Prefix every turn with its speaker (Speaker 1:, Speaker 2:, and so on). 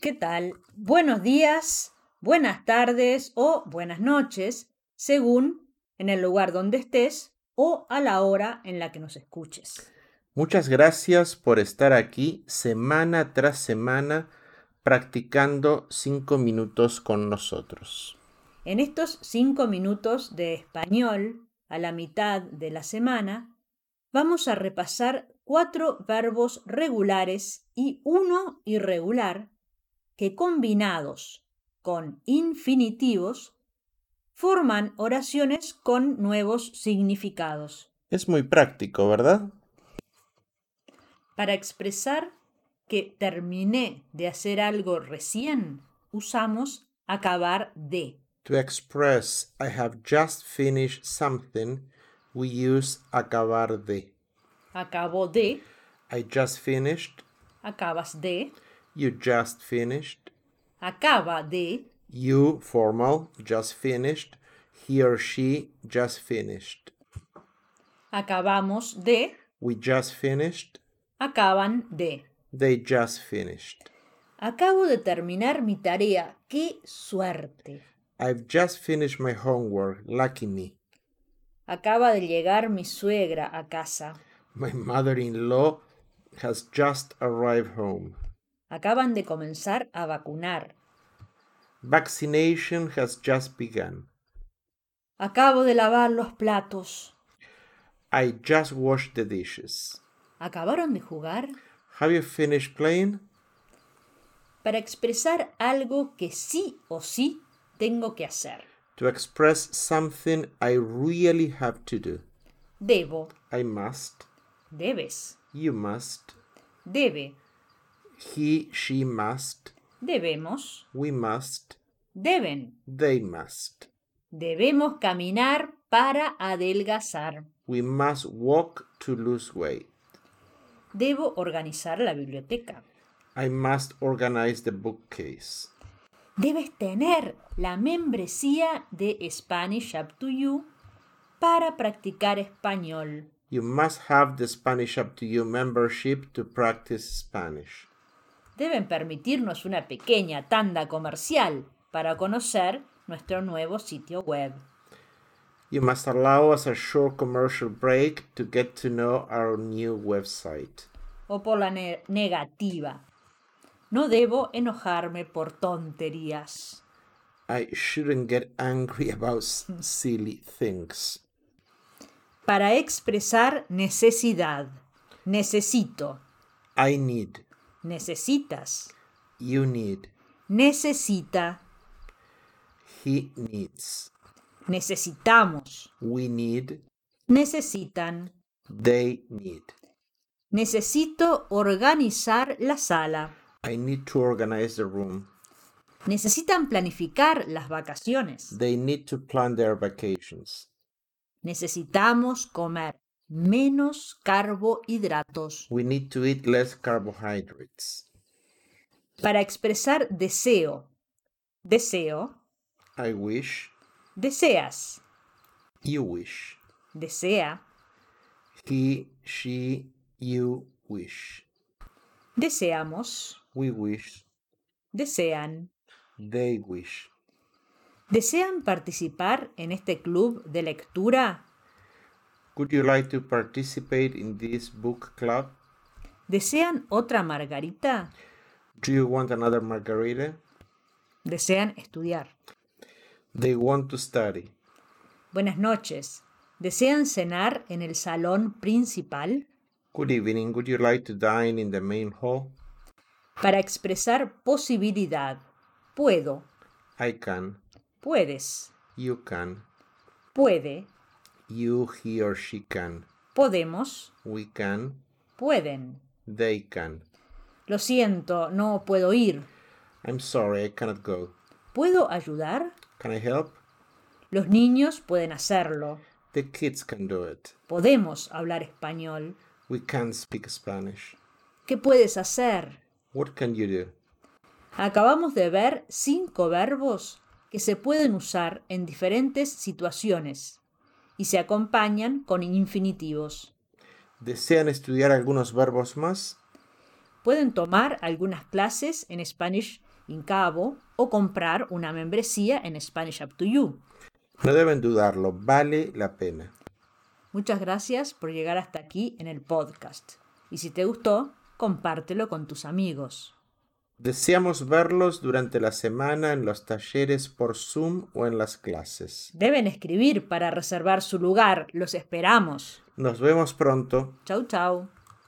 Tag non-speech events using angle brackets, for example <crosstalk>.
Speaker 1: ¿Qué tal? Buenos días, buenas tardes o buenas noches, según en el lugar donde estés o a la hora en la que nos escuches.
Speaker 2: Muchas gracias por estar aquí semana tras semana practicando cinco minutos con nosotros.
Speaker 1: En estos cinco minutos de español, a la mitad de la semana, vamos a repasar cuatro verbos regulares y uno irregular que combinados con infinitivos forman oraciones con nuevos significados.
Speaker 2: Es muy práctico, ¿verdad?
Speaker 1: Para expresar que terminé de hacer algo recién, usamos acabar de.
Speaker 2: To express I have just finished something, we use acabar de.
Speaker 1: Acabo de,
Speaker 2: I just finished,
Speaker 1: acabas de,
Speaker 2: you just finished,
Speaker 1: acaba de,
Speaker 2: you formal just finished, he or she just finished.
Speaker 1: acabamos de,
Speaker 2: We just finished,
Speaker 1: acaban de.
Speaker 2: they just finished.
Speaker 1: Acabo de terminar mi tarea. ¡Qué suerte!
Speaker 2: I've just finished my homework, lucky me.
Speaker 1: Acaba de llegar mi suegra a casa.
Speaker 2: My mother in law has just arrived home.
Speaker 1: Acaban de comenzar a vacunar.
Speaker 2: Vaccination has just begun.
Speaker 1: Acabo de lavar los platos.
Speaker 2: I just washed the dishes.
Speaker 1: ¿Acabaron de jugar?
Speaker 2: Have you finished playing?
Speaker 1: Para expresar algo que sí o sí tengo que hacer.
Speaker 2: To express something I really have to do.
Speaker 1: Debo,
Speaker 2: I must.
Speaker 1: debes,
Speaker 2: You must.
Speaker 1: debe,
Speaker 2: He, she must.
Speaker 1: debemos,
Speaker 2: We must.
Speaker 1: deben.
Speaker 2: They must.
Speaker 1: Debemos caminar para adelgazar.
Speaker 2: We must walk to lose weight.
Speaker 1: Debo organizar la biblioteca.
Speaker 2: I must organize the bookcase.
Speaker 1: Debes tener la membresía de Spanish Up to You para practicar español.
Speaker 2: You must have the Spanish Up to You membership to practice Spanish.
Speaker 1: Deben permitirnos una pequeña tanda comercial para conocer nuestro nuevo sitio web.
Speaker 2: You must allow us a short commercial break to get to know our new website.
Speaker 1: O por la ne- negativa. No debo enojarme por tonterías.
Speaker 2: I shouldn't get angry <laughs> about s- silly things.
Speaker 1: Para expresar necesidad. Necesito.
Speaker 2: I need,
Speaker 1: Necesitas.
Speaker 2: you need,
Speaker 1: Necesita.
Speaker 2: he needs,
Speaker 1: Necesitamos.
Speaker 2: we need,
Speaker 1: Necesitan.
Speaker 2: they need.
Speaker 1: Necesito organizar la sala.
Speaker 2: I need to organize the room.
Speaker 1: Necesitan planificar las vacaciones.
Speaker 2: They need to plan their vacations.
Speaker 1: Necesitamos comer menos carbohidratos.
Speaker 2: We need to eat less carbohydrates.
Speaker 1: Para expresar deseo. Deseo.
Speaker 2: I wish,
Speaker 1: Deseas.
Speaker 2: you wish.
Speaker 1: Desea.
Speaker 2: He, she, you wish.
Speaker 1: Deseamos.
Speaker 2: We wish.
Speaker 1: Desean.
Speaker 2: They wish.
Speaker 1: ¿Desean participar en este club de lectura?
Speaker 2: Would you like to participate in this book club?
Speaker 1: ¿Desean otra margarita?
Speaker 2: Do you want another margarita?
Speaker 1: ¿Desean estudiar?
Speaker 2: They want to study.
Speaker 1: Buenas noches. ¿Desean cenar en el salón principal?
Speaker 2: Good evening. Would you like to dine in the main hall?
Speaker 1: Para expresar posibilidad. Puedo,
Speaker 2: I can.
Speaker 1: puedes,
Speaker 2: You can.
Speaker 1: puede,
Speaker 2: You, he, or she can.
Speaker 1: podemos,
Speaker 2: We can.
Speaker 1: pueden.
Speaker 2: They can.
Speaker 1: Lo siento, no puedo ir.
Speaker 2: I'm sorry, I cannot go.
Speaker 1: ¿Puedo ayudar?
Speaker 2: Can I help?
Speaker 1: Los niños pueden hacerlo.
Speaker 2: The kids can do it.
Speaker 1: Podemos hablar español.
Speaker 2: We can speak Spanish.
Speaker 1: ¿Qué puedes hacer?
Speaker 2: What can you do?
Speaker 1: Acabamos de ver cinco verbos que se pueden usar en diferentes situaciones y se acompañan con infinitivos.
Speaker 2: ¿Desean estudiar algunos verbos más?
Speaker 1: Pueden tomar algunas clases en Spanish in cabo o comprar una membresía en Spanish Up to You.
Speaker 2: No deben dudarlo, vale la pena.
Speaker 1: Muchas gracias por llegar hasta aquí en el podcast. Y si te gustó, compártelo con tus amigos.
Speaker 2: Deseamos verlos durante la semana en los talleres por Zoom o en las clases.
Speaker 1: Deben escribir para reservar su lugar. Los esperamos.
Speaker 2: Nos vemos pronto.
Speaker 1: Chau, chau.